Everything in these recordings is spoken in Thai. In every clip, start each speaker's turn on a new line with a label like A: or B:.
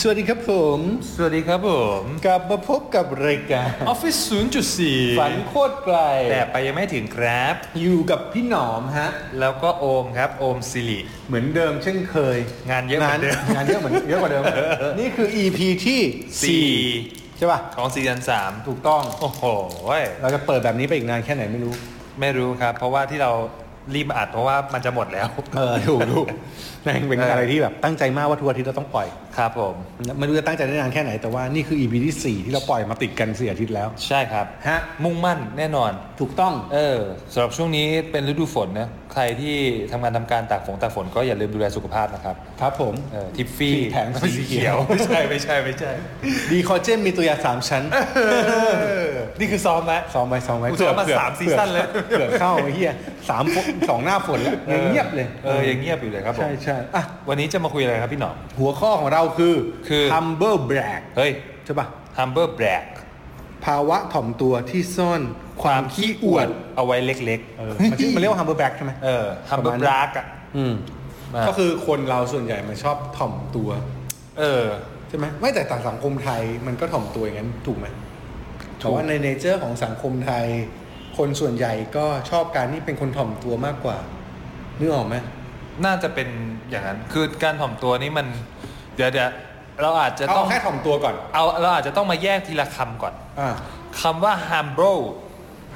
A: สวัสดีครับผม
B: สวัสดีครับผม
A: กลับมาพบกับรายการ
B: ออฟฟิศ0.4
A: ฝันโคตรไกล
B: แต่ไปยังไม่ถึงครับ
A: อยู่กับพี่หนอมฮะ
B: แล้วก็โอมครับ โอมสิริ
A: เหมือนเดิมเช่นเคย
B: งานเยอะเหมือนเดิม
A: งานเยอะเหมือนเยอะกว่าเดิม นี่คือ EP ที่สี่
B: 4
A: ใช่ป่ะ
B: ของซีซั่น
A: ถูกต้อง
B: 3โอ้โห
A: เราจะเปิดแบบนี้ไปอีกนานแค่ไหนไม่รู้
B: ไม่รู้ครับ เพราะว่าที่เรารีบอัดเพราะว่ามันจะหมดแล้ว
A: เออถูกถูก นั่นเป็น
B: เอออ
A: อะไรที่แบบตั้งใจมากว่าทัวร์ที่เราต้องปล่อย
B: ครับผม
A: ไม่รู้จะตั้งใจได้นานแค่ไหนแต่ว่านี่คือ EP ที่สี่ที่เราปล่อยมาติดกันสี่อาทิตย์แล้ว
B: ใช่ครับ
A: ฮะ
B: มุ่งมั่นแน่นอน
A: ถูกต้อง
B: เออสำหรับช่วงนี้เป็นฤดูฝนนะใครที่ทำงานทำการตากฝนตากฝนก็อย่าลืมดูแลสุขภาพนะครับ
A: ครับผม
B: เออทิฟฟี่
A: ที่แผงสี
B: สี
A: เขี
B: เขี
A: ย
B: ยว วไม่ใช่ไม่ใช่ไม่ใช่
A: ดีคอเจนมีตัวยาสามชั้น
B: เออนี่คือซ้อมแล้ว
A: ซ้อมไว้ซ้อมไว้
B: กูซ้อมมาสามซีซั่นแล้ว
A: เผื่อเข้าไอ้เฮียสามฝนสองหน้าฝนแล้วยังเงียบเลย
B: เออยังเงียบอยู่เลยครับผม
A: ใช่ใช่อ่ะ
B: วันนี้จะมาคุยอะไรครับพี่หนอม
A: หัวข้อของเราคือ
B: คือ
A: ฮัมเบอร์แบรก
B: เฮ้ย
A: ใช่ป่ะ
B: humble brag
A: ภาวะถ่อมตัวที่ซ่อนความขี้อวด
B: เอาไว้เล็ก
A: เออมันชื่อมันเรียกว่าฮัมเบอร์แบรกใช่ไหม
B: ๆ เออ
A: ประ
B: humble
A: มาณนั้น
B: brag อ่ะ
A: อืม
B: อ่ะ
A: ก็คือคนเราส่วนใหญ่มันชอบถ่อมตัว
B: เออ
A: ใช่ไหมไม่แต่ต่างสังคมไทยมันก็ถ่อมตัวอย่างนั้นถูกไหม
B: ถู
A: แต่
B: ก
A: ว่าในเนเจอร์ของสังคมไทย คนส่วนใหญ่ก็ชอบการที่เป็นคนถ่อมตัวมากกว่านึกออกไหม
B: น่าจะเป็นอย่างนั้น คือการถ่อมตัวนี่มัน เดี๋ยวเดี๋ยวเราอาจจะ
A: เอา
B: ต้อง
A: แค่ถ่อมตัวก่อน
B: เอาเราอาจจะต้องมาแยกทีละคำก่อน
A: อ่า
B: คำว่า humble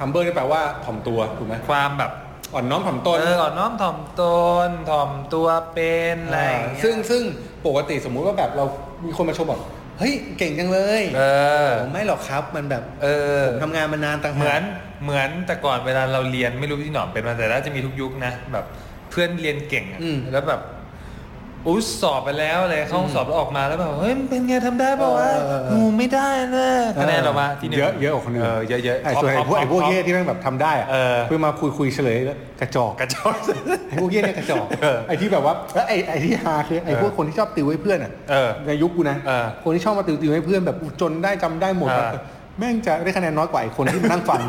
A: ฮัมเบอร์นี่แปลว่าถ่อมตัวถูกไหม
B: ความแบบ
A: อ่อนน้อมถ่อมตน
B: เอออ่อนน้อมถ่อมตนถ่อมตัวเป็นอะไรอย่า
A: อ่า
B: เย
A: ซึ่งซึ่งปกติสมมุติว่าแบบเรามีคนมาชมบอกเฮ้ยเก่งจังเลย
B: เออ
A: ผมไม่หรอกครับมันแบบ
B: เออ
A: ผมทำงานมานานต่าง
B: เหมื
A: หา
B: อก นเหมือนแต่ก่อนเวลาเราเรียนไม่รู้ที่หนอมเป็นมาแต่น่าจะมีทุกยุคนะแบบเพื่อนเรียนเก่งอะ
A: อืม
B: แล้วแบบอุ้ยสอบไปแล้วอะไรเข้าห้องสอบแล้วออกมาแล้วแบบเฮ้ยมันเป็นไงทำได้ป่าววะ
A: เออ
B: งูไม่ได้นะคะแนนเรามาที่หนึ่ง
A: เยอะเยอะกว่าคนอื่น
B: เออเยอะเยอะ
A: ไอ้ส่วนไอ้พวกไอ้พวกเหี้ยที่แม่งแบบทำได้อะ
B: เออ
A: เพื่อมาคุยคุยเฉลยแล้วกระจอก
B: กระจอก
A: ไอ้พวกเหี้ยเนี่ยกระจอก
B: เออ
A: ไอ้ที่แบบว่าแล้วไอ้ไอ้ที่ฮาคือไอ้พวกคนที่ชอบติวให้เพื่อนอะ
B: เออ
A: ในยุคกูนะ
B: เออ
A: คนที่ชอบมาติวติวให้เพื่อนแบบอุ๊ยจนได้จำได้หมด
B: เออ
A: แม่งจะได้คะแนนน้อยกว่าไอ้คนที่มานั่งฟัง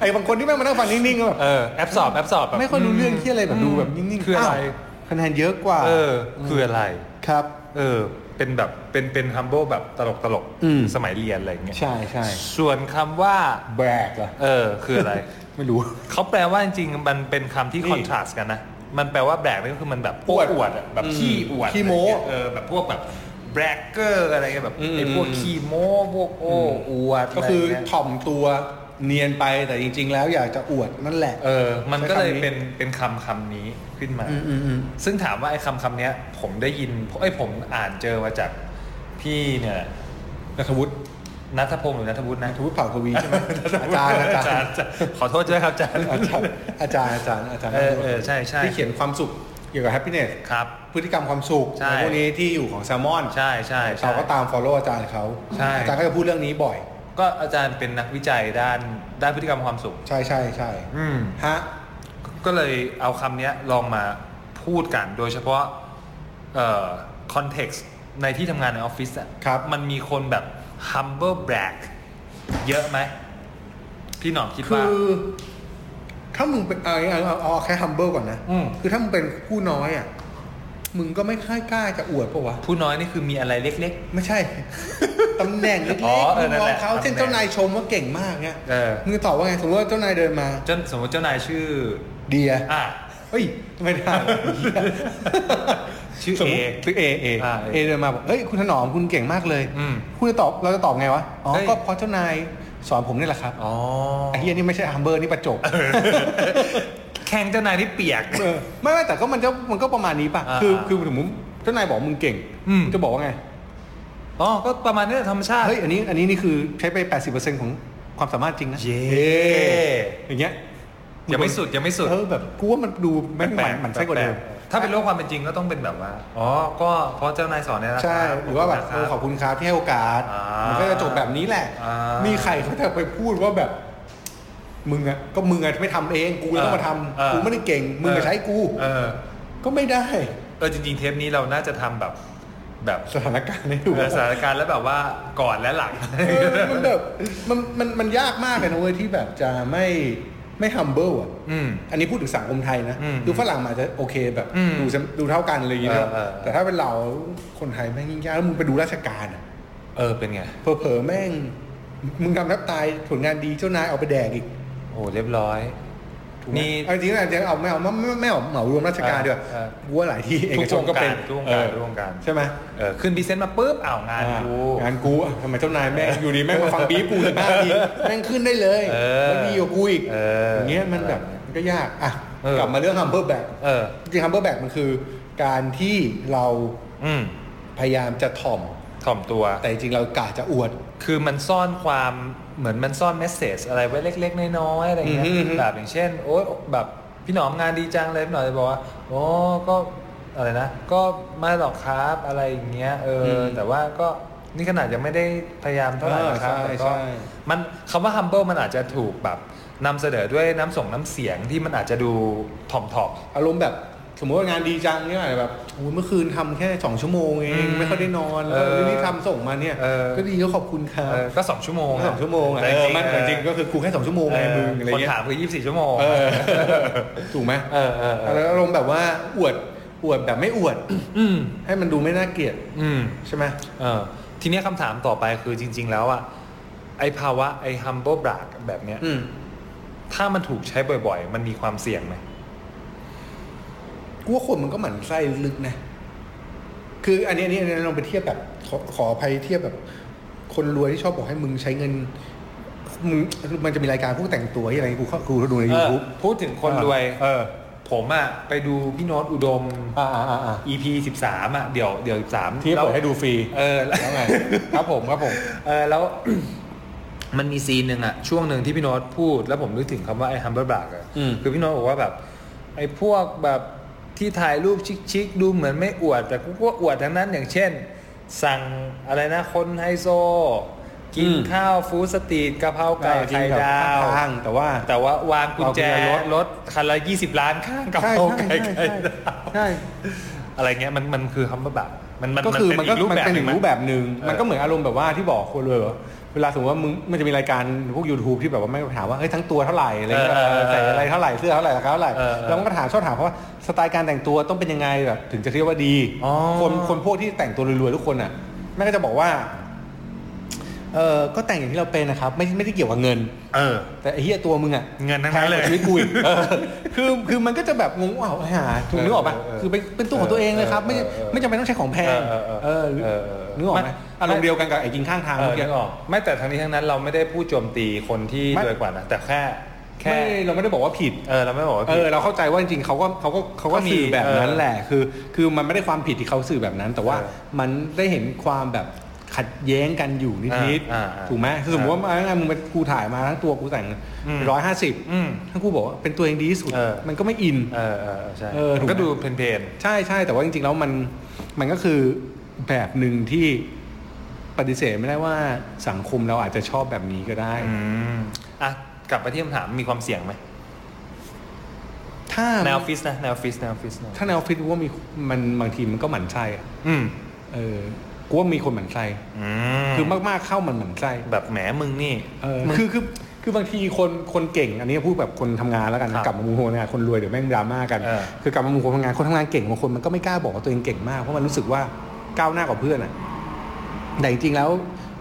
A: ไอ้บางคนที่แม่งมานั่งฟังนิ่งๆก็แบบ
B: เออแอปสอบแอปสอบแบบ
A: ไม่ค่อยรู้เรื่องที่อะไรแบบดูแบบนิ่งๆ
B: คืออะไร
A: าวคะแนนเยอะกว่า
B: เออคืออะไร
A: ครับ
B: เออ เป็นแบบเป็นเป็น humble แบบตลกตลกๆ
A: อืม
B: สมัยเรียนอะไรอย่างเงี้ย
A: ใช่ใช่
B: ส่วนคำว่า
A: แบกเหรอ
B: เออคือ อะไร
A: ไม่รู้
B: เขาแปลว่าจริงๆ มันเป็นคำที่
A: นี่
B: คอนทราสต์กันนะ มันแปลว่าแบกนี่ก็คือมันแบบ
A: อวด
B: อวดอะแบบ
A: อืม
B: ขี้อวด
A: ขี้โม้
B: อะไรเงี้ยเออแบบพวกแบบแบกเกอร์อะไรเงี้ยแบบ
A: อืม
B: ไอ้พวกขี้โม้พวกโอ้อวด
A: ก็คือะไร
B: เงี้ย
A: ถ่อมตัวเนียนไปแต่จริง ๆ แล้วอยากจะอวดนั่นแหละ
B: เออ มันก็เลย
A: ใช้คำนี้
B: เป็นเป็นคำคำนี้ขึ้นมา
A: อืมอืมอืม
B: ซึ่งถามว่าไอ้คำคำเนี้ย ผมได้ยินไอ้ยผมอ่านเจอมาจากพี่เนี่ยแหละ
A: นัทวุฒิ
B: นัทพงศ์หรือนัทวุฒินะ
A: นัทวุฒิเผ่าทวีใช่ไหมอาจารย์อาจารย์
B: ขอโทษด้วยครับอาจารย์
A: อาจารย์อาจารย์อาจารย์
B: เออ
A: นัทวุฒิ
B: เออใช่ใช่
A: ที่เขียนความสุขเกี่ยวกับแฮปปี้เนส
B: ครับ
A: พฤติกรรมความสุข
B: ใช่
A: ในพวกนี้ที่อยู่ของแซลมอน
B: ใช่ใช่ใช่
A: เราก็ตาม follow อาจารย์เขา
B: ใช่
A: อาจารย์ก็จะพูดเรื่องนี้บ่อย
B: ก็อาจารย์เป็นนักวิจัยด้านด้านพฤติกรรมความสุข
A: ใช่ใช่ใช่
B: อืม
A: ฮะ
B: ก็เลยเอาคำเนี้ยลองมาพูดกัน โดยเฉพาะเอ่อคอนเท็กซ์ในที่ทำงานในออฟฟิศอะ
A: ครับ
B: มันมีคนแบบ humble brag เยอะไหม พี่หนอมคิด
A: คื
B: ว่า
A: อ ถ้ามึงเป็นเอาเอาเอาเอาแค่ humble ก่อนนะ
B: อืม
A: คือถ้ามึงเป็นผู้น้อยอ่ะ มึงก็ไม่ค่อยกล้าจะอวดปะวะ
B: ผู้น้อยนี่คือมีอะไรเล็ก
A: ไม่ ใช่ ตำแหน่งเล็กๆ
B: อ๋
A: มึ
B: อง เออนั่น
A: มอง
B: แหละ
A: เขาเช่น
B: ตำแหน่ง
A: เจ้านายชมว่าเก่งมากเนี่ย
B: เออ
A: มึงตอบว่าไงสมมติว่าเจ้านายเดินมา
B: ๆเจ้าสมมติเจ้านายชื่อ
A: เดีย
B: อ่ะ
A: เฮ้ยไม่ได้
B: ชื่อ
A: สมมุติ
B: เอ
A: ชื่อเอเอ
B: อ่าเอ
A: เอเดินมาบอกเฮ้ยคุณถนอมคุณเก่งมากเลย
B: อืม
A: คุณจะตอบเราจะตอบไงวะอ๋อ
B: เฮ้ย
A: ก็เพราะเจ้านายสอนผมนี่แหละครับ
B: อ๋อ
A: ไอ้เฮียนี่ไม่ใช่ humble นี่ประจบ
B: แข่งเจ้านายที่เปียก
A: เออไม่ไม่แต่ก็มันจะมันก็ประมาณนี้ป่ะ
B: อ่า
A: คือ
B: อ่า
A: คือสมมติเจ้านายบอกมึงเก่ง
B: อืม
A: จะบอกว่าไง
B: อ๋อ ก็ประมาณนี้แหละธรรมชาติ
A: เฮ้ย อันนี้อันนี้นี่คือใช้ไป 80%ของความสามารถจริงนะ
B: เย้
A: อย่างเงี้ย
B: ยังไม่สุดยังไม่สุด
A: เออแบบกูว่ามันดูแม่งห
B: แปล
A: มัน
B: กๆ
A: หมันไส้กว่าเดิม
B: แปลก ถ้าเป็นโลกความเป็นจริงก็ต้องเป็นแบบว่า อ๋อ ก็เพราะเจ้านายสอนเนี่ยนะค
A: ใช่
B: บ
A: หรือว่าแบบ
B: ข
A: เอ
B: คุณ
A: อ
B: นะค
A: ข
B: รั
A: อบคุณครับที่ให้โอกาส
B: อ่ามั
A: มันก็จะจบแบบนี้แหละ
B: อ่ามี
A: มีใครเขาจะไปพูดว่าแบบ มึงอะก็มึงอะไม่ทำเองกูก็ต้องมาทำ
B: เออ
A: กูไม่ได้เก่ง มึงมาใช้กู
B: เออ
A: ก็ไม่ได้
B: เออจริงๆเทปนี้เราน่าจะทำแบบแบบ
A: สถานการณ์ในถูก
B: เออสถานการณ์แล้วแบบว่าก่อนและหลัง
A: เออมันแบบมันมันมันยากมากเลยนะเว้ยที่แบบจะไม่ไม่ humble อ่ะ
B: อืม
A: อันนี้พูดถึงสังคมไทยนะ
B: อืม
A: ดูฝรั่งมาจจะโอเคแบบ
B: อืม
A: ดูเสมดูเท่ากันอะไรอย่างเงี้ย
B: เออเออ
A: แต่ถ้าเป็นเราคนไทยแม่งยิ่งยากแล้วมึงไปดูราชการอ่ะ
B: เออเป็นไง
A: เผลอๆแม่ง มึงทำแทบตายผลงานดีเจ้านายเอาไปแดกอีก
B: โอ้เรียบร้อย
A: ถูกไหม
B: นี่
A: เอาจริงๆนะจริงๆเอาไม่เอาไม่ไม่ไม่เอาเหมารวมราชการด้วย
B: เออเออ
A: กูว่าหลายที่เอกชนก็เป็น
B: ทุกวง
A: เอ
B: การ
A: อ
B: ทุกวงการทุกวงการ
A: ใช่ไหม
B: เออขึ้นพรีเซนต์มาปุ๊บอ้าวงาน
A: อ่า
B: กู
A: งานกูอ่ะทำไมเจ้านายแม่งอยู่ดีแม่งมาฟังบีบกูสิบห้าทีแม่งขึ้นได้เลย
B: เออ
A: แล้วดีกว่ากูอีก
B: เอออย่าง
A: เงี้ยมันแบบมันก็ยากอ่ะ
B: เออ
A: กลับมาเรื่อง humble back
B: เออ
A: จริงๆ humble brag มันคือการที่เรา
B: อืม
A: พยายามจะถ่อม
B: ถ่อมตัว
A: แต่จริงๆ เรากะจะอวด
B: คือมันซ่อนความเหมือนมันซ่อนเมสเซจอะไรไว้เล็ก ๆ น้อยๆอะไรเงี้ย
A: อืมอืม
B: แบบอย่างเช่น โอ๊ยแบบพี่หนอมงานดีจังเลยพี่หนอมจะบอกว่าโอ้ก็อะไรนะ ก็ไม่หรอกครับอะไรอย่างเงี้ยเอออแต่ว่าก็นี่ขนาดยังไม่ได้พยายามเท่าไหร่นะครับ
A: เออใช่
B: แต่ก็
A: ใช่
B: มันคำว่า humble มันอาจจะถูกแบบนำเสนอด้วยน้ำส่งน้ำเสียงที่มันอาจจะดูถ่อมๆ
A: อารมณ์แบบสมมติว่างานดีจังเนี่ยแบบโอ้ยเมื่อคืนทำแค่ 2 ชั่วโมงเอง
B: อืม
A: ไม่ค่อยได้นอนแล้ว
B: เออ
A: นี่ทำส่งมาเนี่ย
B: เออ
A: ก็ดีก็ขอบคุณครับ
B: เออก็สองชั่วโมงะ
A: สองชั่วโมงอ่ะ
B: แต่
A: เออ
B: ๆ
A: มันแต่จริงก็คือกูแค่สองชั่วโมงไงมึงอะไร
B: คน
A: เงี้ย
B: ถามคือยี่สิบสี่ชั่วโมง
A: เออถูกไหม
B: เออเออเออ
A: แล้วอารมณ์แบบว่าอวดอวดแบบไม่อวด
B: อืม
A: ให้มันดูไม่น่าเกลียด
B: อืม
A: ใช่ไหม
B: เออทีเนี้ยคำถามต่อไปคือจริง ๆ แล้วอะไอภาวะไอ humble brag แบบเนี้ย
A: อืม
B: ถ้ามันถูกใช้บ่อยๆ มันมีความเสี่ยงไหม
A: กูว่าคนมันก็หมั่นไส้ลึกๆนะ คืออันนี้อันนี้อันนี้ลองไปเทียบแบบ ขอขออภัยเทียบแบบ คนรวยที่ชอบบอกให้มึงใช้เงินมึงมันจะมีรายการพวกแต่งตัวที่อะไรกูเข้ากูดูใน
B: เอ
A: ยู
B: อ
A: ทูบ
B: พูดถึงคนรวย
A: เออ
B: ผมอะไปดูพี่โน้ตอุดม
A: อ่าอ่าอ่าอ่า
B: EP 13อะเดี๋ยวเดี๋ยว 13
A: ที่เปิดให้ดูฟรี
B: เออแล้ว
A: แล้วไง ครับผมครับผม
B: เออแล้ว มันมีซีนหนึ่งอะช่วงหนึ่งที่พี่โน้ตพูด แล้วผมนึกถึงคำว่าไอ้ humble brag อะ
A: อืม
B: คือพี่โน้ตบอกว่าแบบ ไอ้พวกแบบที่ถ่ายรูปชิคๆดูเหมือนไม่อวด แต่กูก็อวดทั้งนั้นอย่างเช่น สั่งอะไรนะคนไฮโซ กิน
A: อืม
B: ข้าวฟู้ดสตรีทกะเพราไก่ไข่ดาว
A: ข้างๆแต่ว่า
B: แต่ว่าวางกุญแจ
A: วางกุญแจร
B: ร
A: ถ
B: ถรถคันละ 20 ล้านข้างกะ
A: ใช่
B: เพรา
A: ใช่
B: ไก่ไข่
A: ใช่
B: ดาว
A: ใช่
B: อะไรเงี้ยมันมันคือ humble brag มันมัน
A: ก็คือมัน
B: เป็
A: ก็
B: รูป
A: มัน
B: แบบ
A: เป็น
B: ห
A: ห
B: นึ่
A: นึ่ง
B: งไหม
A: รูปแบบหนึ่งมัน
B: เอ
A: ก็
B: อ
A: เหมือนอารมณ์แบบว่าที่บอกคนรวยว่าเวลาสมมติว่ามึงมันจะมีรายการพวก YouTube ที่แบบว่าไม่ถามว่าเฮ้ยทั้งตัวเท่าไหร่อะไรเงี้ย
B: เออเออ
A: ใส่อะไรเท่าไหร่เสื้อเท่าไหร่ราคาเท่าไหร่
B: เออเออ
A: แล้วมันก็ถามชอบถามเพราะว่าสไตล์การแต่งตัวต้องเป็นยังไงแบบถึงจะเรียกว่าดี
B: อ๋อ
A: คนคนพวกที่แต่งตัวรวยๆทุกคนอ่ะแม่งก็จะบอกว่าเออก็แต่งอย่างที่เราเป็นนะครับ ไม่ไม่ได้เกี่ยวกับเงิน
B: เออ
A: แต่ไอ้เฮียตัวมึงอ่ะ
B: เงินทั้งนั้นเลย
A: แพกว่าชีวิตกูอีกเออคือคือมันก็จะแบบงงว่าหาถูกนึกออกปะ
B: เออเออ
A: คือเป็นเป็นตัวของตัวเองเลยครับ ไม่
B: เออเออ
A: ไม่จำเป็นต้องใช้ของแพง
B: เออเออเออ
A: เออหรือ
B: เออเออ
A: นึกออกไหม
B: ไม่
A: อารมณ์เดียวกันกับไอ้กินข้างทาง
B: เออ
A: เมื่อกี้
B: นึกออกไม่แต่ทั้งนี้ทั้งนั้นเราไม่ได้พูดโจมตีคนที่
A: ไม่
B: รวยกว่านะ แต่แค่แค่
A: ไม่เราไม่ได้บอกว่าผิด
B: เออเราไม่บอกว่า
A: เอ
B: ผิด
A: อเราเข้าใจว่าจริงๆเขาก็เขาก็เขาก็
B: ก็มี
A: สื่อแบบนั้น
B: เออ
A: แหละคือ คือมันไม่ได้ความผิดที่เขาสื่อแบบนั้น แต่ว่า
B: เออ
A: มันได้เห็นความแบบขัดแย้งกันอยู่นิด
B: อ่าอ่า
A: ๆถูกไหมคือสมมติว่าอ่ะมึงเป็นกูถ่ายมาทั้งตัวกูแต่ง
B: อืม
A: ร้อยห้าสิบ
B: อืม
A: ทั้งกูบอกว่าเป็นตัวเองดีที่สุด
B: เออ
A: มันก็ไม่อิน
B: เออเออเออใช่
A: เออถูกไหม
B: ก็ดูเพลน
A: ใช่ใช่แต่ว่าจริงๆแล้วมันมันก็คือแบบหนึ่งที่ปฏิเสธไม่ได้ว่าสังคมเราอาจจะชอบแบบนี้ก็ได้
B: ๆ อืมอ่ะ กลับไปที่คำถามมีความเสี่ยงไหม
A: ถ้า
B: แนวฟิสนะแนวฟิสแนวฟิสนะ
A: ถ้าแนวฟิตว่ามีมันบางทีมันก็หมั่นไส้อะ
B: อืม
A: เออกูว่ามีคนหมั่นไส้
B: อื
A: คือมากๆเข้ามันหมั่นไส้
B: แบบแหมมึงนี่
A: เออคือคือคือบางทีคนคนเก่ง อันนี้พูดแบบคนทำงานแล้วกัน
B: ครั
A: นะ
B: บ
A: กลับมามุมคนทำงานคนรวยเดี๋ยวแม่งดราม่ากัน
B: เออ
A: คือกลับมามุมคนทำงานคนทำงานเก่งบางคนมันก็ไม่กล้าบอกว่าตัวเองเก่งมากเพราะมันรู้สึกว่าก้าวหน้ากว่าเพื่อนอะ แต่จริงๆแล้ว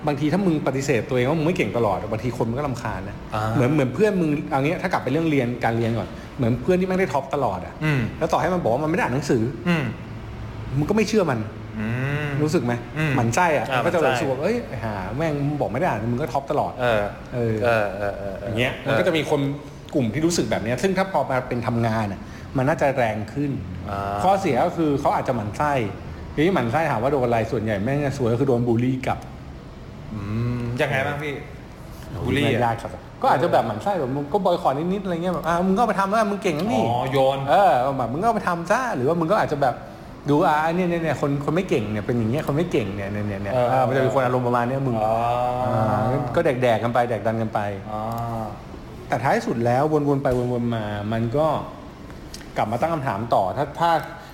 A: บางทีถ้ามึงปฏิเสธตัวเองว่ามึงไม่เก่งตลอดบางทีคนมันก็ลำคาญนะ
B: อ่า
A: เหมือนเหมือนเพื่อนมึงเอางี้ถ้ากลับไปเรื่องเรียนการเรียนก่อนเหมือนเพื่อนที่ไม่งได้ท็อปตลอดอ่ะ
B: อืม
A: แล้วต่อให้มันบอกว่ามันไม่ได้อ่านหนังสือ
B: อืม
A: มึงก็ไม่เชื่อมัน
B: อืม
A: รู้สึกไหม
B: อืม
A: หมันไส้อ่ะ
B: อ่า
A: มันก็จะ
B: หมั่น
A: รู้
B: ไส้
A: สึกว่าเอ้ยไอ้หาแม่งมึงบอกไม่ได้อ่านมึงก็ท็อปตลอด
B: เออ
A: เออ
B: เออเออเอออ
A: อย่างเงี้ยมันก็จะมีคนกลุ่มที่รู้สึกแบบเนี้ยซึ่งถ้าพอมาเป็นทำงานอ่ะมันน่าจะแรงขึ้น
B: อ่า
A: ข้อเสียก็คือเขาอาจจะหมันไส้ทีนี้หมันไส้ถามว่าโดนอะไรส่วนใหญ่แม่งจะสวยก็คือโดนบูลลี่กลับ
B: อืมยังไงบ้างพี่บุรี
A: ไม่
B: อะ
A: ยากครับ ก็อาจจะแบบหมั่นไส้แบบมึงก็บอยคอตนิดๆอะไรเงี้ยแบบอ่ะมึงก็เอาไปทำแล้วมึงเก่งนะ
B: อ๋
A: นี่
B: อโยน
A: เออแบบมึงก็เอาไปทำซะหรือว่ามึงก็อาจจะแบบดูอ่ะเนี่ยเนี่ยเนี่ยคนคนไม่เก่งเนี่ยเป็นอย่างเงี้ยคนไม่เก่งเนี่ยเนี่ยเนี่ยเนี่ย
B: เออ
A: เออมันจะเป็นคนอารมณ์ประมาณเนี้ยมึง
B: อ๋ออ่
A: าก็แดกแดกๆกันไปแดกดันกันไป
B: อ๋อ
A: แต่ท้ายสุดแล้ววนๆไปวนๆมา มันก็กลับมาตั้งคำถามต่อถ้าถ้า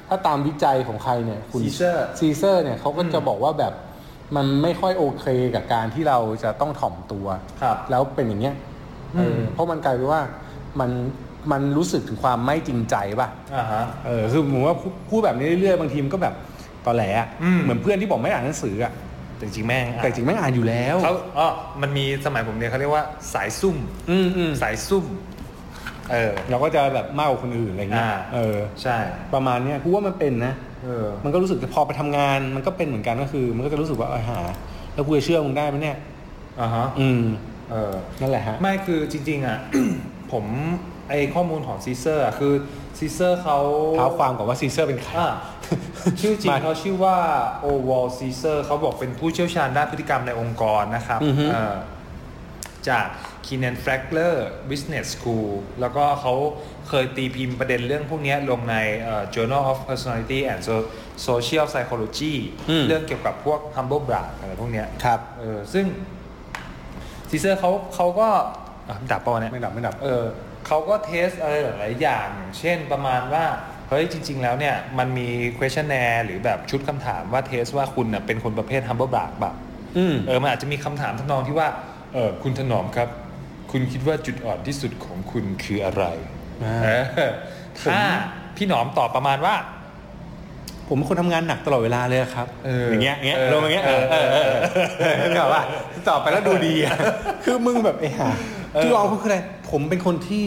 A: ถ้าตามวิจัยของใครเนี่ยคุณ
B: ซีเซอร์
A: ซีเซอร์เนี่ยเขาก็จะบอกว่าแบบมันไม่ค่อยโอเคกับการที่เราจะต้องถ่อมตัว
B: ครับ
A: แล้วเป็นอย่างเงี้ย
B: อืม
A: เออเพราะมันกลายเป็นว่ามันมันรู้สึกถึงความไม่จริงใจป่ะ
B: อ่าฮะ
A: เออคือผมว่าพูพูดแบบนี้เรื่อยๆบางทีมันก็แบบตอแหลอะ
B: อืม
A: เหมือนเพื่อนที่บอกไม่อ่านหนังสืออะ
B: แต่จริงๆแม่งอ่ะ
A: แต่จริงไม่อ่านอยู่แล้ว
B: เขาอ๋อมันมีสมัยผมเนี่ยเขาเรียกว่าสายซุ่ม
A: อืมอืม
B: สายซุ่ม เออ
A: เราก็จะแบบมากกว่าคนอื่นอะไรเงี้ย
B: อ่า
A: เออ
B: ใช่
A: ประมาณเนี้ยกูว่ามันเป็นนะ
B: เออ
A: มันก็รู้สึกแต่พอไปทำงานมันก็เป็นเหมือนกันก็คือ มันก็จะรู้สึกว่าเอาหา แล้วกูจะเชื่อมึงได้ไหมเนี่ย
B: อ่าฮะ
A: อืม
B: เออ
A: นั่นแหละฮะ
B: ไม่คือจริง ๆ อ่ะ ผมไอข้อมูลของซีเซอร์อ่ะ คือซีเซอร์เขา
A: เท้าความก่อนว่าซีเซอร์เป็นใคร
B: อ่า ชื่อจริง
A: มา
B: เขาชื่อว่าโอวอลซีเซอร์เขาบอกเป็นผู้เชี่ยวชาญด้านพฤติกรรมในองค์กรนะครับ
A: อือฮึ
B: เออจากคีเนนแฟลกเลอร์ Business School แล้วก็เขาเคยตีพิมพ์ประเด็นเรื่องพวกเนี้ยลงในเอ่อ Journal of Personality and So- Social Psychology
A: อืม
B: เรื่องเกี่ยวกับพวก humble brag อะไรพวกเนี้ย
A: ครับ
B: เออซึ่งซีเซอร์เขาเขาก็อ่ะดับเปล่าวะเนี่ย
A: ไม่ดับไม่ดับ
B: เออเขาก็เทสอะไรหลายๆอย่าง เช่นประมาณว่า เฮ้ยจริง ๆ แล้วเนี่ย มันมี questionnaire หรือแบบชุดคำถามว่าเทสว่าคุณน่ะเป็นคนประเภท humble brag แบบ
A: อืม
B: เออมันอาจจะมีคำถามทำนองที่ว่า เออคุณถนอมครับ คุณคิดว่าจุดอ่อนที่สุดของคุณคืออะไร
A: อ่า
B: เออถ้าพี่หนอมตอบประมาณว่า
A: ผมเป็นคนทำงานหนักตลอดเวลาเลยอะครับ
B: เอออย่าง
A: เงี้ยอย่างเงี้ย
B: เออ
A: ลงอย่างเงี้ยเออเออเออเออนึกออกป่ะตอบไปแล้วดูดีอะ คือมึงแบบไอ้ห่า
B: เออ
A: จุดอ่อนคืออะไร ผมเป็นคนที่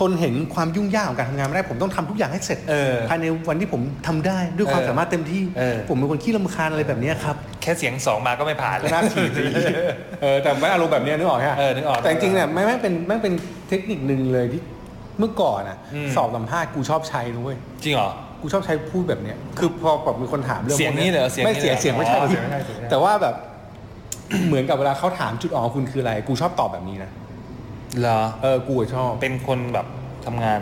A: ทนเห็นความยุ่งยากของการทำงานไม่ได้ ผมต้องทำทุกอย่างให้เสร็จ
B: เออ
A: ภายในวันที่ผมทำได้ด้วยความ
B: เออ
A: สามารถเต็มที่
B: เออ
A: ผมเป็นคนขี้รำคาญอะไรแบบเนี้ยครับ
B: แค่เสียงสองมาก็ไม่ผ่านแล้ว
A: หน้าถีบสิเออแต่ไม่อารมณ์แบบเนี้ยนึกออกฮะ
B: เออนึกออก
A: แต่จริงๆเนี่ยไม่ไม่เป็นไม่เป็นเทคนิคหนึ่งเลยที่เมื่อก่อนอ่ะ
B: อืม
A: สอบสัมภาษณ์กูชอบใช้นะเว้ย
B: จริงเหรอ
A: กูชอบใช้พูดแบบเนี้ยคือพอแบบมีคนถามเรื่อง
B: เสียง
A: พวก
B: นี้เหรอเสียง
A: ไม่
B: นี้
A: เสียง
B: เหรอ
A: เสียงไม่ใช่
B: อ๋อเสียงไม่ใช่เสียงไม่ใช่
A: แต่ว่าแบบ เหมือนกับเวลาเขาถามจุดอ่อนของคุณคืออะไร กูชอบตอบแบบนี้นะ
B: เหรอ
A: เออกูอะชอบ
B: เป็นคนแบบทำงาน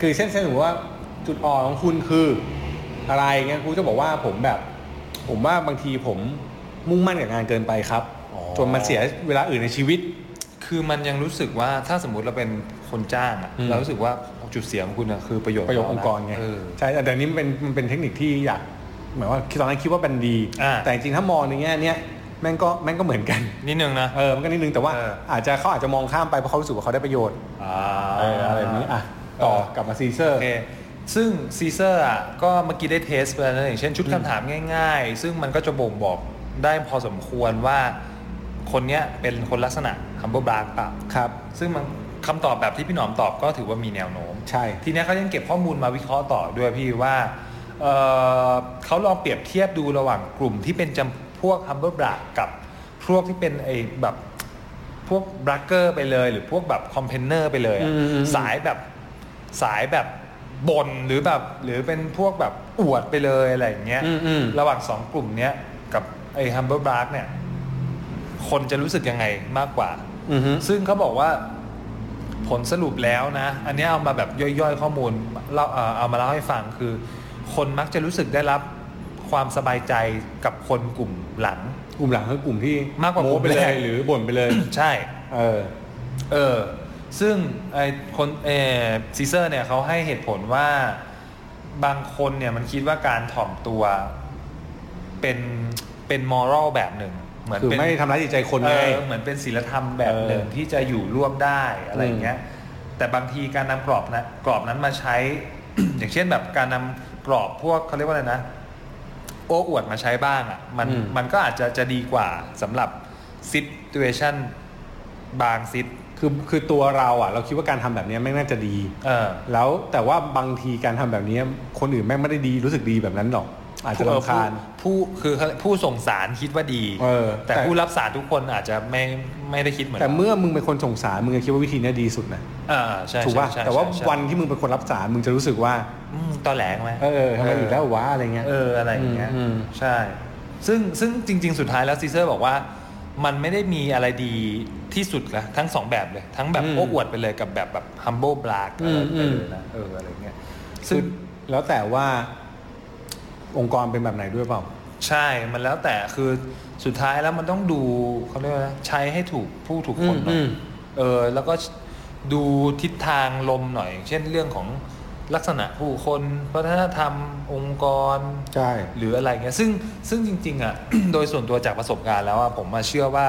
A: คือเช่นเช่นสมมติว่าจุดอ่อนของคุณคืออะไรเงี้ยกูจะบอกว่าผมแบบ ผมว่าบางทีผมมุ่งมั่นกับงานเกินไปครับ
B: อ๋อ
A: จนมันเสียเวลาอื่นในชีวิต
B: คือมันยังรู้สึกว่าถ้าสมมติเราเป็นคนจ้างอะ
A: อืม
B: เรารู้สึกว่าจุดเสียของคุณอะคือประโยชน์
A: ประโยชน์องค์กรไง
B: เออ
A: ใช่แต่อันนี้มันเป็นมันเป็นเทคนิคที่อยากหมายว่าตอนนั้นคิดว่าเป็นดี
B: อ่า
A: แต่จริงๆถ้ามองในแง่เนี้ยแม่งก็แม่งก็เหมือนกัน
B: นิดนึงนะ
A: เออมันก็นิดนึงแต่ว่า
B: เออ
A: อาจจะเขาอาจจะมองข้ามไปเพราะเขารู้สึกว่าเขาได้ประโยชน์เอออะไรแบบนี้อ่ะต่อกลับมาซีเซอ
B: โอ
A: ร์
B: เคซึ่งซีเซอร์อ่ะก็เมื่อกี้ได้เทสไปแล้วนะอย่างเช่นชุดคำถามง่าย ๆ ซึ่งมันก็จะบ่งบอกได้พอสมควรว่าคนเนี้ยเป็นคนลักษณะ humble brag เปล่า
A: ครับ
B: ซึ่งมันคำตอบแบบที่พี่หนอมตอบก็ถือว่ามีแนวโน้ม
A: ใช่
B: ทีเนี้ยเขายังเก็บข้อมูลมาวิเคราะห์ต่อด้วยพี่ว่าเอ่อเขาลองเปรียบเทียบดูระหว่างกลุ่มที่เป็นจำพวก humble brag กับพวกที่เป็นไอ้แบบพวก b r a g g e r ไปเลย หรือพวกแบบ complainer ไปเลยอะ
A: อืมอืม
B: สายแบบสายแบบบนหรือแบบหรือเป็นพวกแบบอวดไปเลยอะไรอย่างเงี้ย
A: อืมอืม
B: ระหว่างสองกลุ่มเนี้ยกับไอ้ humble brag เนี่ย คนจะรู้สึกยังไงมากกว่า
A: อือฮึ
B: ซึ่งเขาบอกว่าผลสรุปแล้วนะ อันเนี้ยเอามาแบบย่อยๆข้อมูลเล่าเอ่อเอามาเล่าให้ฟังคือ คนมักจะรู้สึกได้รับความสบายใจกับคนกลุ่มหลัง
A: กลุ่มหลังคือกลุ่มที่
B: มากกว่า
A: โม้ไปเล
B: กลุ่มแร
A: ย
B: ก
A: หรือบ่นไปเลย
B: ใช่
A: เออ
B: เออ ซึ่งไอคนเออซีเซอร์เนี่ยเขาให้เหตุผลว่าบางคนเนี่ยมันคิดว่าการถ่อมตัวเป็นเป็นมอรัลแบบหนึ่งเหมือน
A: คือ
B: เป็น
A: ไม่ทำร้ายจิตใจคน
B: เอ
A: ไง
B: อเหมือนเป็นศิลธรรมแบบหนึ่ง
A: เออ
B: ที่จะอยู่ร่วมได้อะไรอย่างเงี้ย แต่บางทีการนำกรอบนะกรอบนั้นมาใช้ อย่างเช่นแบบการนำกรอบพวกเขาเรียกว่าอะไรนะ โอ้อวดมาใช้บ้างอ่ะมัน
A: อืม
B: มันก็อาจจะจะดีกว่าสำหรับซิทเอชันบางซิท
A: คือคือตัวเราอ่ะ เราคิดว่าการทำแบบเนี้ยไม่น่าจะดี
B: เออ
A: แล้วแต่ว่าบางทีการทำแบบเนี้ยคนอื่นแม่งไม่ได้ดีรู้สึกดีแบบนั้นหรอก อาจจะรำคาญ
B: ผู้ผู้คือผู้ส่งสารคิดว่าดี
A: เออ
B: แต่
A: แต่
B: ผู้รับสารทุกคนอาจจะไม่ไม่ได้คิดเหมือน
A: แต่เมื่อมึงเป็นคนส่งสารมึงจะคิดว่าวิธีเนี้ยดีสุดนะ
B: เออใช่
A: ถูกป่ะ
B: ใช่ใช่
A: แต่ว่า
B: ใช่
A: วันที่มึงเป็นคนรับสารมึงจะรู้สึกว่า
B: อืมตอแหลงไหม
A: เออทำไมอีกแล้ววะอะไรเงี้ย
B: เอออะไรอย่างเงี้ย
A: อืมอืม
B: ใช่ ซึ่งซึ่งจริง ๆ สุดท้ายแล้วซีเซอร์บอกว่า มันไม่ได้มีอะไรดีที่สุดละทั้งสองแบบเลย ทั้งแบบ
A: อืม
B: โอ้อวดไปเลยกับแบบแบบ humble brag
A: อื
B: อะไร
A: ม
B: ไป
A: อืม
B: เลยนะเอออะไรเงี้ยซึ่ง
A: แล้วแต่ว่าองค์กรเป็นแบบไหนด้วยเปล่า
B: ใช่ มันแล้วแต่คือสุดท้ายแล้วมันต้องดูเขาเรียกว่าอะไรใช้ให้ถูกผู้ถูกคนหน่อ
A: อื
B: ย
A: มอืม
B: เออ แล้วก็ดูทิศทางลมหน่อย เช่นเรื่องของลักษณะผู้คนวัฒนธรรมองค์กร
A: ใช่
B: หรืออะไรเงี้ย ซึ่งซึ่งจริง ๆ อ่ะ โดยส่วนตัวจากประสบการณ์แล้วอ่ะผมมาเชื่อว่า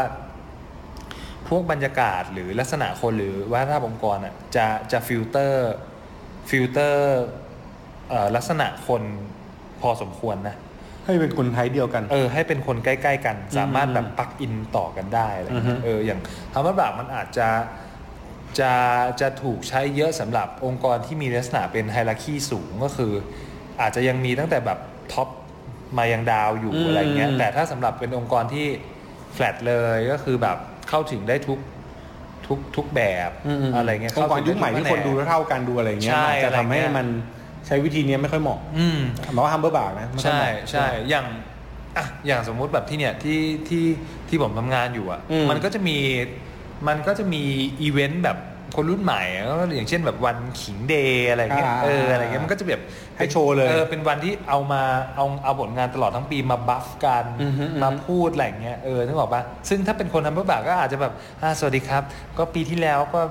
B: พวกบรรยากาศหรือลักษณะคนหรือวัฒนธรรมองค์กรอ่ะจะจะฟิลเตอร์ฟิลเตอร์เอ่อลักษณะคนพอสมควรนะ
A: ให้เป็นคนไทยเดียวกัน
B: เออให้เป็นคนใกล้ ๆ กัน สามารถแบบปลักอินต่อกันได้อะไร
A: อือฮึ
B: เงี้ยเอออย่างคำว่าบาปมันอาจจะจะจะถูกใช้เยอะสำหรับองค์กรที่มีลักษณะเป็นไฮรักีสูงก็คือ อาจจะยังมีตั้งแต่แบบท็อปมายังดาวอยู่อะไรเงี้ยแต่ถ้าสำหรับเป็นองค์กรที่แฟลตเลยก็คือแบบเข้าถึงได้ทุกทุกทุกแบบ
A: ม
B: อะไรเงี้ย
A: องค์กร
B: เข้าถึ
A: ยุคใหม่ที่คน
B: ได้
A: ดู
B: ทุกแผ
A: เท่ากันดูอะไรเงี้ย
B: ใช่
A: มันอาจจะทำให้
B: อะไรเงี้ย
A: มันใช้วิธีเนี้ยไม่ค่อยเหมาะ
B: อืม
A: หมายว่าฮัมเบอร์บาร์นะไม่ค่อย
B: ใช่
A: เหมาะ
B: ใช่อย่างอ่ะอย่างสมมุติแบบที่เนี่ยที่ที่ที่ผมทำงานอยู่อ่ะ
A: อืม
B: มันก็จะมีมันก็จะมีอีเวนต์แบบคนรุ่นใหม่อะก็อย่างเช่นแบบวันขิงเดย์อะไรเงี้ย
A: อ่า
B: เอออะไรเงี้ยมันก็จะแบบ
A: ให้โชว์เลย
B: เออเป็นวันที่เอามาเอาเอาผลงานตลอดทั้งปีมาบัฟกัน
A: อือฮึอือฮึ
B: มาพูดอะไรเงี้ยเออนึกออกปะซึ่งถ้าเป็นคนทำเพื่อบาปก็อาจจะแบบอ่าสวัสดีครับ ก็ปีที่แล้วก็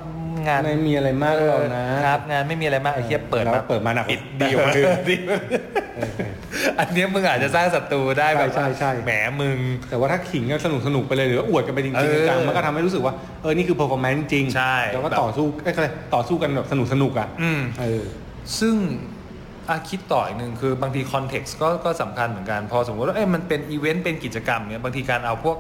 B: งาน
A: ไม่มีอะไรมากเรานะ
B: ครับงานไม่มีอะไรมากไอ้เทียเปิด
A: แล้
B: มาว
A: เปิดมาหนัก
B: ปิดดีกว่า
A: เออ
B: ดี กว่าอันเนี้ยมึงอาจจะสร้างศัตรูได้แบบ
A: ใช่ใช่ใช่
B: แหมมึง
A: แต่ว่าถ้าขิงกันสนุกสนุกๆไปเลยหรือว่าอวดกันไปจริง
B: เออ
A: ๆจังๆมันก็ทำให้รู้สึกว่าเออนี่คือ performance จริง
B: ใช่
A: แล้วก็ต่อสู้เอ้ยอะไรต่อสู้กันแบบสนุกสนุกๆอ่ะ
B: อืม
A: เออ
B: ซึ่งอาคิดต่ออีกหนึ่งคือบางทีคอนเท็กซ์ก็ก็สำคัญเหมือนกัน พอสมมติว่าเอ้ยมันเป็นอีเวนต์เป็นกิจกรรมเนี่ยบางทีการเอาพวก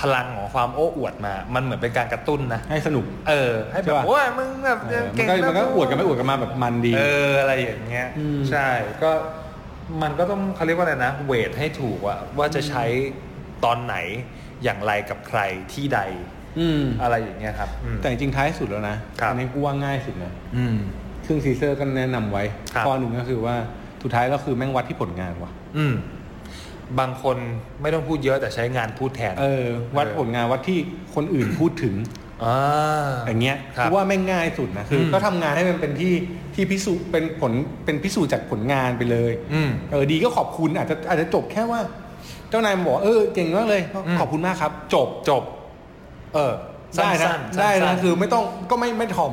B: พลังของความโอ้อวดมา มันเหมือนเป็นการกระตุ้นนะ
A: ให้สนุก
B: เออ ให้แบ
A: ใช่
B: บ
A: ปะ
B: โอ้ยมึงแบบ
A: เออมั
B: เก่
A: นก็
B: งะ
A: มันก็อวดกันไปอวดกันมาแบบมันดี
B: เอออะไรอย่างเงี้ย
A: อืม
B: ใช่ก็มันก็ต้องเขาเรียกว่าอะไรนะเวทให้ถูกอะว่าจะใช้ตอนไหนอย่างไรกับใครที่ใด
A: ม
B: อะไรอย่างเงี้ยครับอืม
A: แต่จริงๆท้ายสุดแล้วนะครับ อันี้กูว่าง่ายสุดนะ
B: อืม
A: เครื่องซีเซอร์ก็แนะนำไว้
B: ครับ
A: ข้อหนึ่งก็คือว่าสุดท้ายแล้วคือแม่งวัดที่ผลงานว่ะ
B: อืม บางคนไม่ต้องพูดเยอะแต่ใช้งานพูดแทน
A: เออ วัด
B: เออ
A: ผลงานวัดที่คนอื่นพูดถึง
B: อ่า
A: อย่างเงี้ย
B: ครับ
A: กูว่าไม่งง่ายสุดนะคืออ
B: ม
A: ก็ทำงานให้มันเป็นที่ที่พิสูจน์เป็นผลเป็นพิสูจน์จากผลงานไปเลย
B: อืม
A: เออดีก็ขอบคุณอาจจะอาจจะจบแค่ว่า เจ้านายมาบอกว่าเออเก่งมากเลยก็
B: อืม
A: ขอบคุณมากครับ จบ
B: จบ
A: เออ
B: สั้
A: ได้
B: นๆ
A: นะ
B: สั้นๆ
A: ได้นะคือไม่ต้องก็ไม่ไม่ถ่อม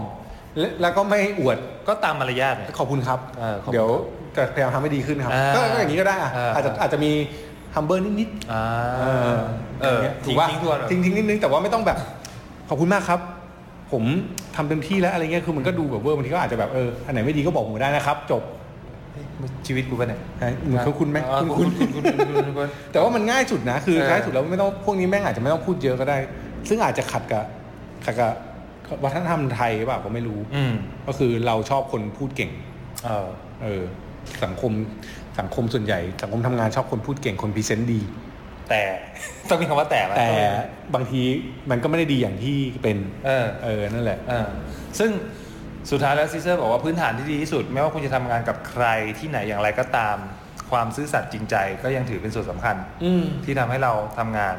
A: และแล้วก็ไม่อวด
B: ก็ตามมารยาทเนี่ย
A: ขอบคุณครับ
B: เออขอบคุณ
A: เดี๋ยวจะพยายามทำให้ดีขึ้นครับ
B: อ่า
A: ก็ก็อย่างนี้ก็ได้อะ
B: เอออ
A: อาจจะอาจจะมีฮัมเบอร์นิดๆ
B: อ่าเออ
A: ถูก
B: ทิ้ง
A: ว่า
B: ทิ้งทวนแบบ
A: ทิ้งทิ้งนิดนึงแต่ว่าไม่ต้องแบบขอบคุณมากครับ ผมทำเต็มที่แล้วอะไรเงี้ยคือมันก็ดูแบบเวอร์บางทีก็อาจจะแบบเอออันไหนไม่ดีก็บอกผมได้นะครับ จบ
B: ชีวิตกูปะเนี่ย
A: เหมือนเขาคุณไหม
B: อ่า
A: คุณ
B: คุ
A: คุณ ณ
B: คุณคุณคุณคุณ
A: แต่ว่ามันง่ายสุดนะ คือ
B: เออ
A: ท้ายสุดแล้วไม่ต้องพวกนี้แม่งอาจจะไม่ต้องพูดเยอะก็ได้ ซึ่งอาจจะขัดกับขัดกับวัฒนธรรมไทยหรือเปล่าก็ไม่รู้
B: อืม
A: ก็คือเราชอบคนพูดเก่ง
B: เออ
A: เออ สังคมสังคมส่วนใหญ่ สังคมทำงานชอบคนพูดเก่งคนพรีเซนต์ดี
B: แต่ ต้องมีคำว่าแต่ไหม
A: แต่บางทีมันก็ไม่ได้ดีอย่างที่เป็น
B: เออ
A: เออนั่นแหละ
B: เออซึ่งสุดท้ายแล้วซิเซอร์บอกว่าพื้นฐานที่ดีที่สุด ไม่ว่าคุณจะทำงานกับใครที่ไหนอย่างไรก็ตาม ความซื่อสัตย์จริงใจก็ยังถือเป็นส่วนสำคัญ
A: อืม
B: ที่ทำให้เราทำงาน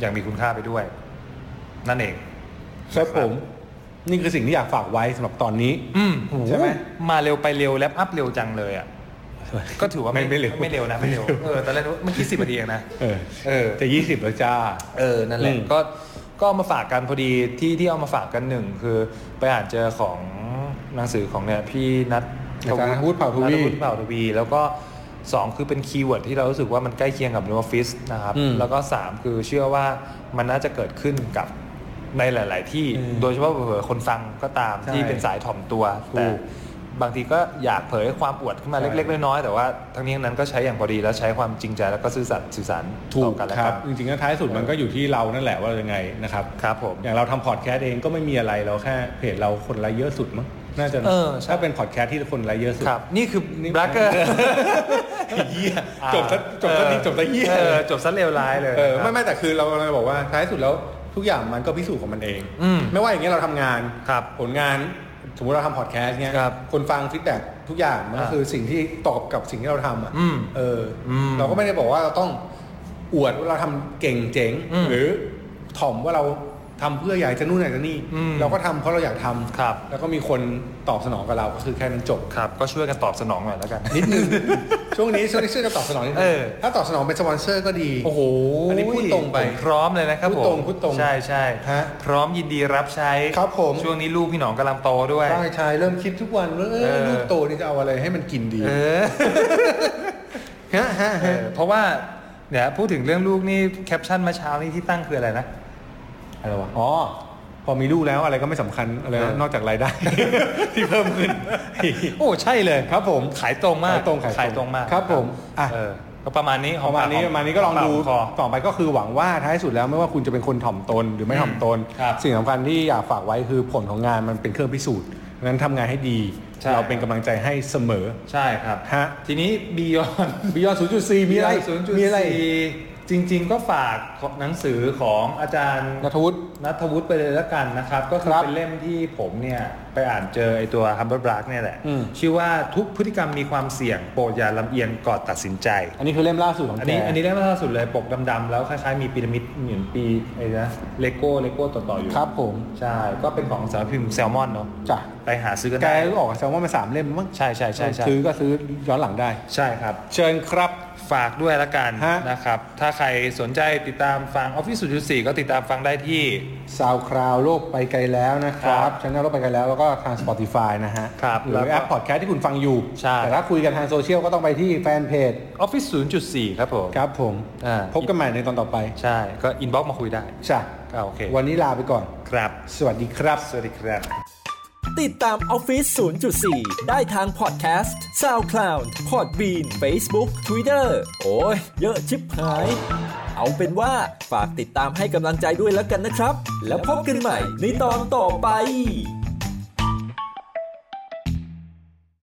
B: อย่างมีคุณค่าไปด้วย นั่นเอง
A: ครับผม นี่คือสิ่งที่อยากฝากไว้สำหรับตอนนี้
B: อืม
A: ใช่ไหม
B: มาเร็วไปเร็วแลปอัพเร็วจังเลยอ่ะก็ถือว่า
A: ไม่ไม่เร็ว
B: ไม่เร็วนะไม่เร็วเออตอนแรกนึกว่าเมื่อกี้สิบนาทีเองนะ
A: เออ
B: เออ
A: จะยี่สิบแล้วจ้า
B: เออ นั่นแหละ
A: อืม
B: ก็ ก็เอามาฝากกันพอดีที่ที่เอามาฝากกันหนึ่งคือไปอ่านเจอของหนังสือของเนี่ยพี่นัท
A: อาจารย์นัทวุฒิเผ่าทวี
B: นัทฒิเผ่าทวี แล้วก็สองคือเป็นคีย์เวิร์ดที่เรารู้สึกว่ามันใกล้เคียงกับโนฟิสนะครับ แล้วก็สามคือเชื่อว่ามันน่าจะเกิดขึ้นกับในหลาย ๆ ที่โดยเฉพาะเผื่อๆคนฟังก็ตามที่เป็นสายถ่อมตัวแต่บางทีก็อยากเผยความอวดขึ้นมาเล็ก ๆ น้อย ๆ แต่ว่าทั้งนี้ทั้งนั้นก็ใช้อย่างพอดีแล้วใช้ความจริงใจแล้วก็ซื่อสัตย์สื่อสาร
A: ถูก
B: ต่อกันและ
A: ค
B: กั
A: รับ
B: น
A: จริงๆก็ท้ายสุดมันก็อยู่ที่เรานั่นแหละว่ายังไงนะครับ
B: ครับผม
A: อย่างเราทำพอดแคสต์เองก็ไม่มีอะไรเราแค่เพจเราคนไลค์เยอะสุดมั้งน่าจะนะ
B: เออใช่
A: ถ้าเป็นพอดแคสต์ที่คนไลค์เยอะสุด
B: ครับ นี่คือแบล็กเกอร์
A: ไอ้เหี้ยจบซะจบซะดีจบซะเหี้ย
B: จบซะเลวร้ายเลย
A: เออ
B: ครับ
A: ไม่ไม่แต่คือเราเราบอกว่าท้ายสุดแล้วทุกอย่างมันก็พิสูจน์ของมันเอง
B: อืม
A: ไม่ว่าอย่างเงี้ยเราทำงาน
B: ครับ
A: ผลงานสมมติเราทำพอดแคสต์เนี้ย
B: ครับ
A: คนฟังฟีดแบ็กทุกอย่างมันก็
B: อ่า
A: คือสิ่งที่ตอบกับสิ่งที่เราทำอ่ะ
B: อืม
A: เอออ
B: ม
A: เราก็ไม่ได้บอกว่าเราต้องอวดว่าเราทำเก่งเจ๋ง
B: อืม
A: หรือ ถ่อมว่าเราทำเพื่ออยากจะนู่นอยากจะนี่
B: อืม
A: เราก็ทำเพราะเราอยากทำ
B: ครับ
A: แล้วก็มีคนตอบสนองกับเราก็คือแค่นั้นจบ
B: ครับ ก็ช่วยกันตอบสนองหน่อยแล้วกัน
A: นิดนึง ช่วงนี้ช่วงนี้ช่วยกันตอบสนองนิดนึ
B: เอง อ
A: ถ้าตอบสนองเป็นสปอนเซอร์ก็ดี
B: โอ้โห
A: อันนี้พูดตรงไป
B: ผมพร้อมเลยนะครับผม
A: พูดตรงพูดตรง
B: ใช่ใช่
A: ฮะ
B: พร้อมยินดีรับใช้
A: ครับผม
B: ช่วงนี้ลูกพี่หนองกำลังโตด้วย
A: ใช่ใช่เริ่มคิดทุกวันว่าเออ
B: เออ
A: ลูกโตนี่จะเอาอะไรให้มันกินดี
B: เออ
A: ฮะฮะ
B: เอ
A: ฮะ
B: อเพราะว่าเนี่ยพูดถึงเรื่องลูกนี่แคปชั่นเมื่อเช้านี่ที่ตั้งคืออะไรนะ
A: อะไรวะ
C: อ๋อ
A: พอมีลูกแล้วอะไรก็ไม่สำคัญอะไรนะ
B: เออ
A: นอกจากราย ได้ ที่เพิ่มขึ้น
B: โอ้ใช่เลย
A: ครับผม
B: ขายตรงมาก
A: ขายตรงขายตรง
B: มาก
A: ครับผมอ่ะ
B: เออก็ประมาณนี้
C: ป
B: หอ
C: ระ
B: ป
C: มาณนี้
B: หอ
C: ประมาณนี้ก็ลองดู
B: หมคอ
C: ต่อไปก็คือหวังว่าท้ายสุดแล้วไม่ว่าคุณจะเป็นคนถ่อมตนหรือไม่ถ่อมตน
B: ครับ
C: สิ่งสำคัญที่อยากฝากไว้คือผลของงานมันเป็นเครื่องพิสูจน์ดังนั้นทำงานให้ดี
B: ใช่
C: เราเป็นกำลังใจให้เสมอ
B: ใช่ครับ
C: ฮะ
B: ทีนี้ Beyond
C: บิยอน0.4 มีอะไร
B: 0.4
C: มีอะไร
B: จริง ๆ ก็ฝากหนังสือของอาจารย์
C: นัทวุฒิ
B: นัทวุฒิไปเลยแล้วกันนะครับ ก็คือ
C: ครับ
B: เป็นเล่มที่ผมเนี่ย ไปอ่านเจอไอตัว Humble Black เนี่ยแหละ
C: อืม
B: ชื่อว่าทุกพฤติกรรมมีความเสี่ยงโปรดอย่าลำเอียงก่อนตัดสินใจ
C: อันนี้คือเล่มล่าสุดของแกอั
B: อันนี้อันนี้เล่มล่าสุดเลยปกดำๆแล้วคล้ายๆมีพีระมิดเหมือนปีไอ้นะเลโก้เลโก้ต่อๆอยู่
C: ครับผม
B: ใช่ ก็เป็นของสารพิมพ์แซลมอนเนาะ
C: จ้ะ
B: ไปหาซื้อกัน
C: แก
B: ได้
C: ออกแซลมอนมาสามเล่มมั้ง
B: ใช่ใช่ใช่ใช่
C: ซื้อก็ซื้อย้อนหลังได้
B: ใช่ครับ
C: เชิญครับ
B: ฝากด้วยละกัน
C: ฮะ
B: นะครับ ถ้าใครสนใจติดตามฟัง Office 0.4 ก็ติดตามฟังได้ที่
C: ซาวคลาวโลกไปไกลแล้วนะครั
B: ครับ บ
C: ช anel โลกไปไกลแล้วแล้วก็ทาง Spotify นะฮะ
B: ครับ
C: หรื
B: แล้
C: อ
B: วก็
C: แอปพอดแคสต์ที่คุณฟังอยู่
B: ใช่
C: แต่ถ้าคุยกันทางโซเชียลก็ต้องไปที่แฟนเพจ
B: Office 0.4 ครับผม
C: ครับผม
B: อ่า
C: พบกันใหม่ในตอนต่อไป
B: ใช่ก็อินบ็อกมาคุยได้
C: จ้ะ
B: อ่าโอเค
C: วันนี้ลาไปก่อน
B: ครับ
C: สวัสดีครับ
B: สวัสดีครับ
D: ติดตามออฟฟิศ0.4 ได้ทางพอดแคสต์ SoundCloud Podbean Facebook Twitter โอ้ย เยอะชิบหาย เอาเป็นว่าฝากติดตามให้กำลังใจด้วยแล้วกันนะครับ แล้วพบกันใหม่ในตอนต่อไป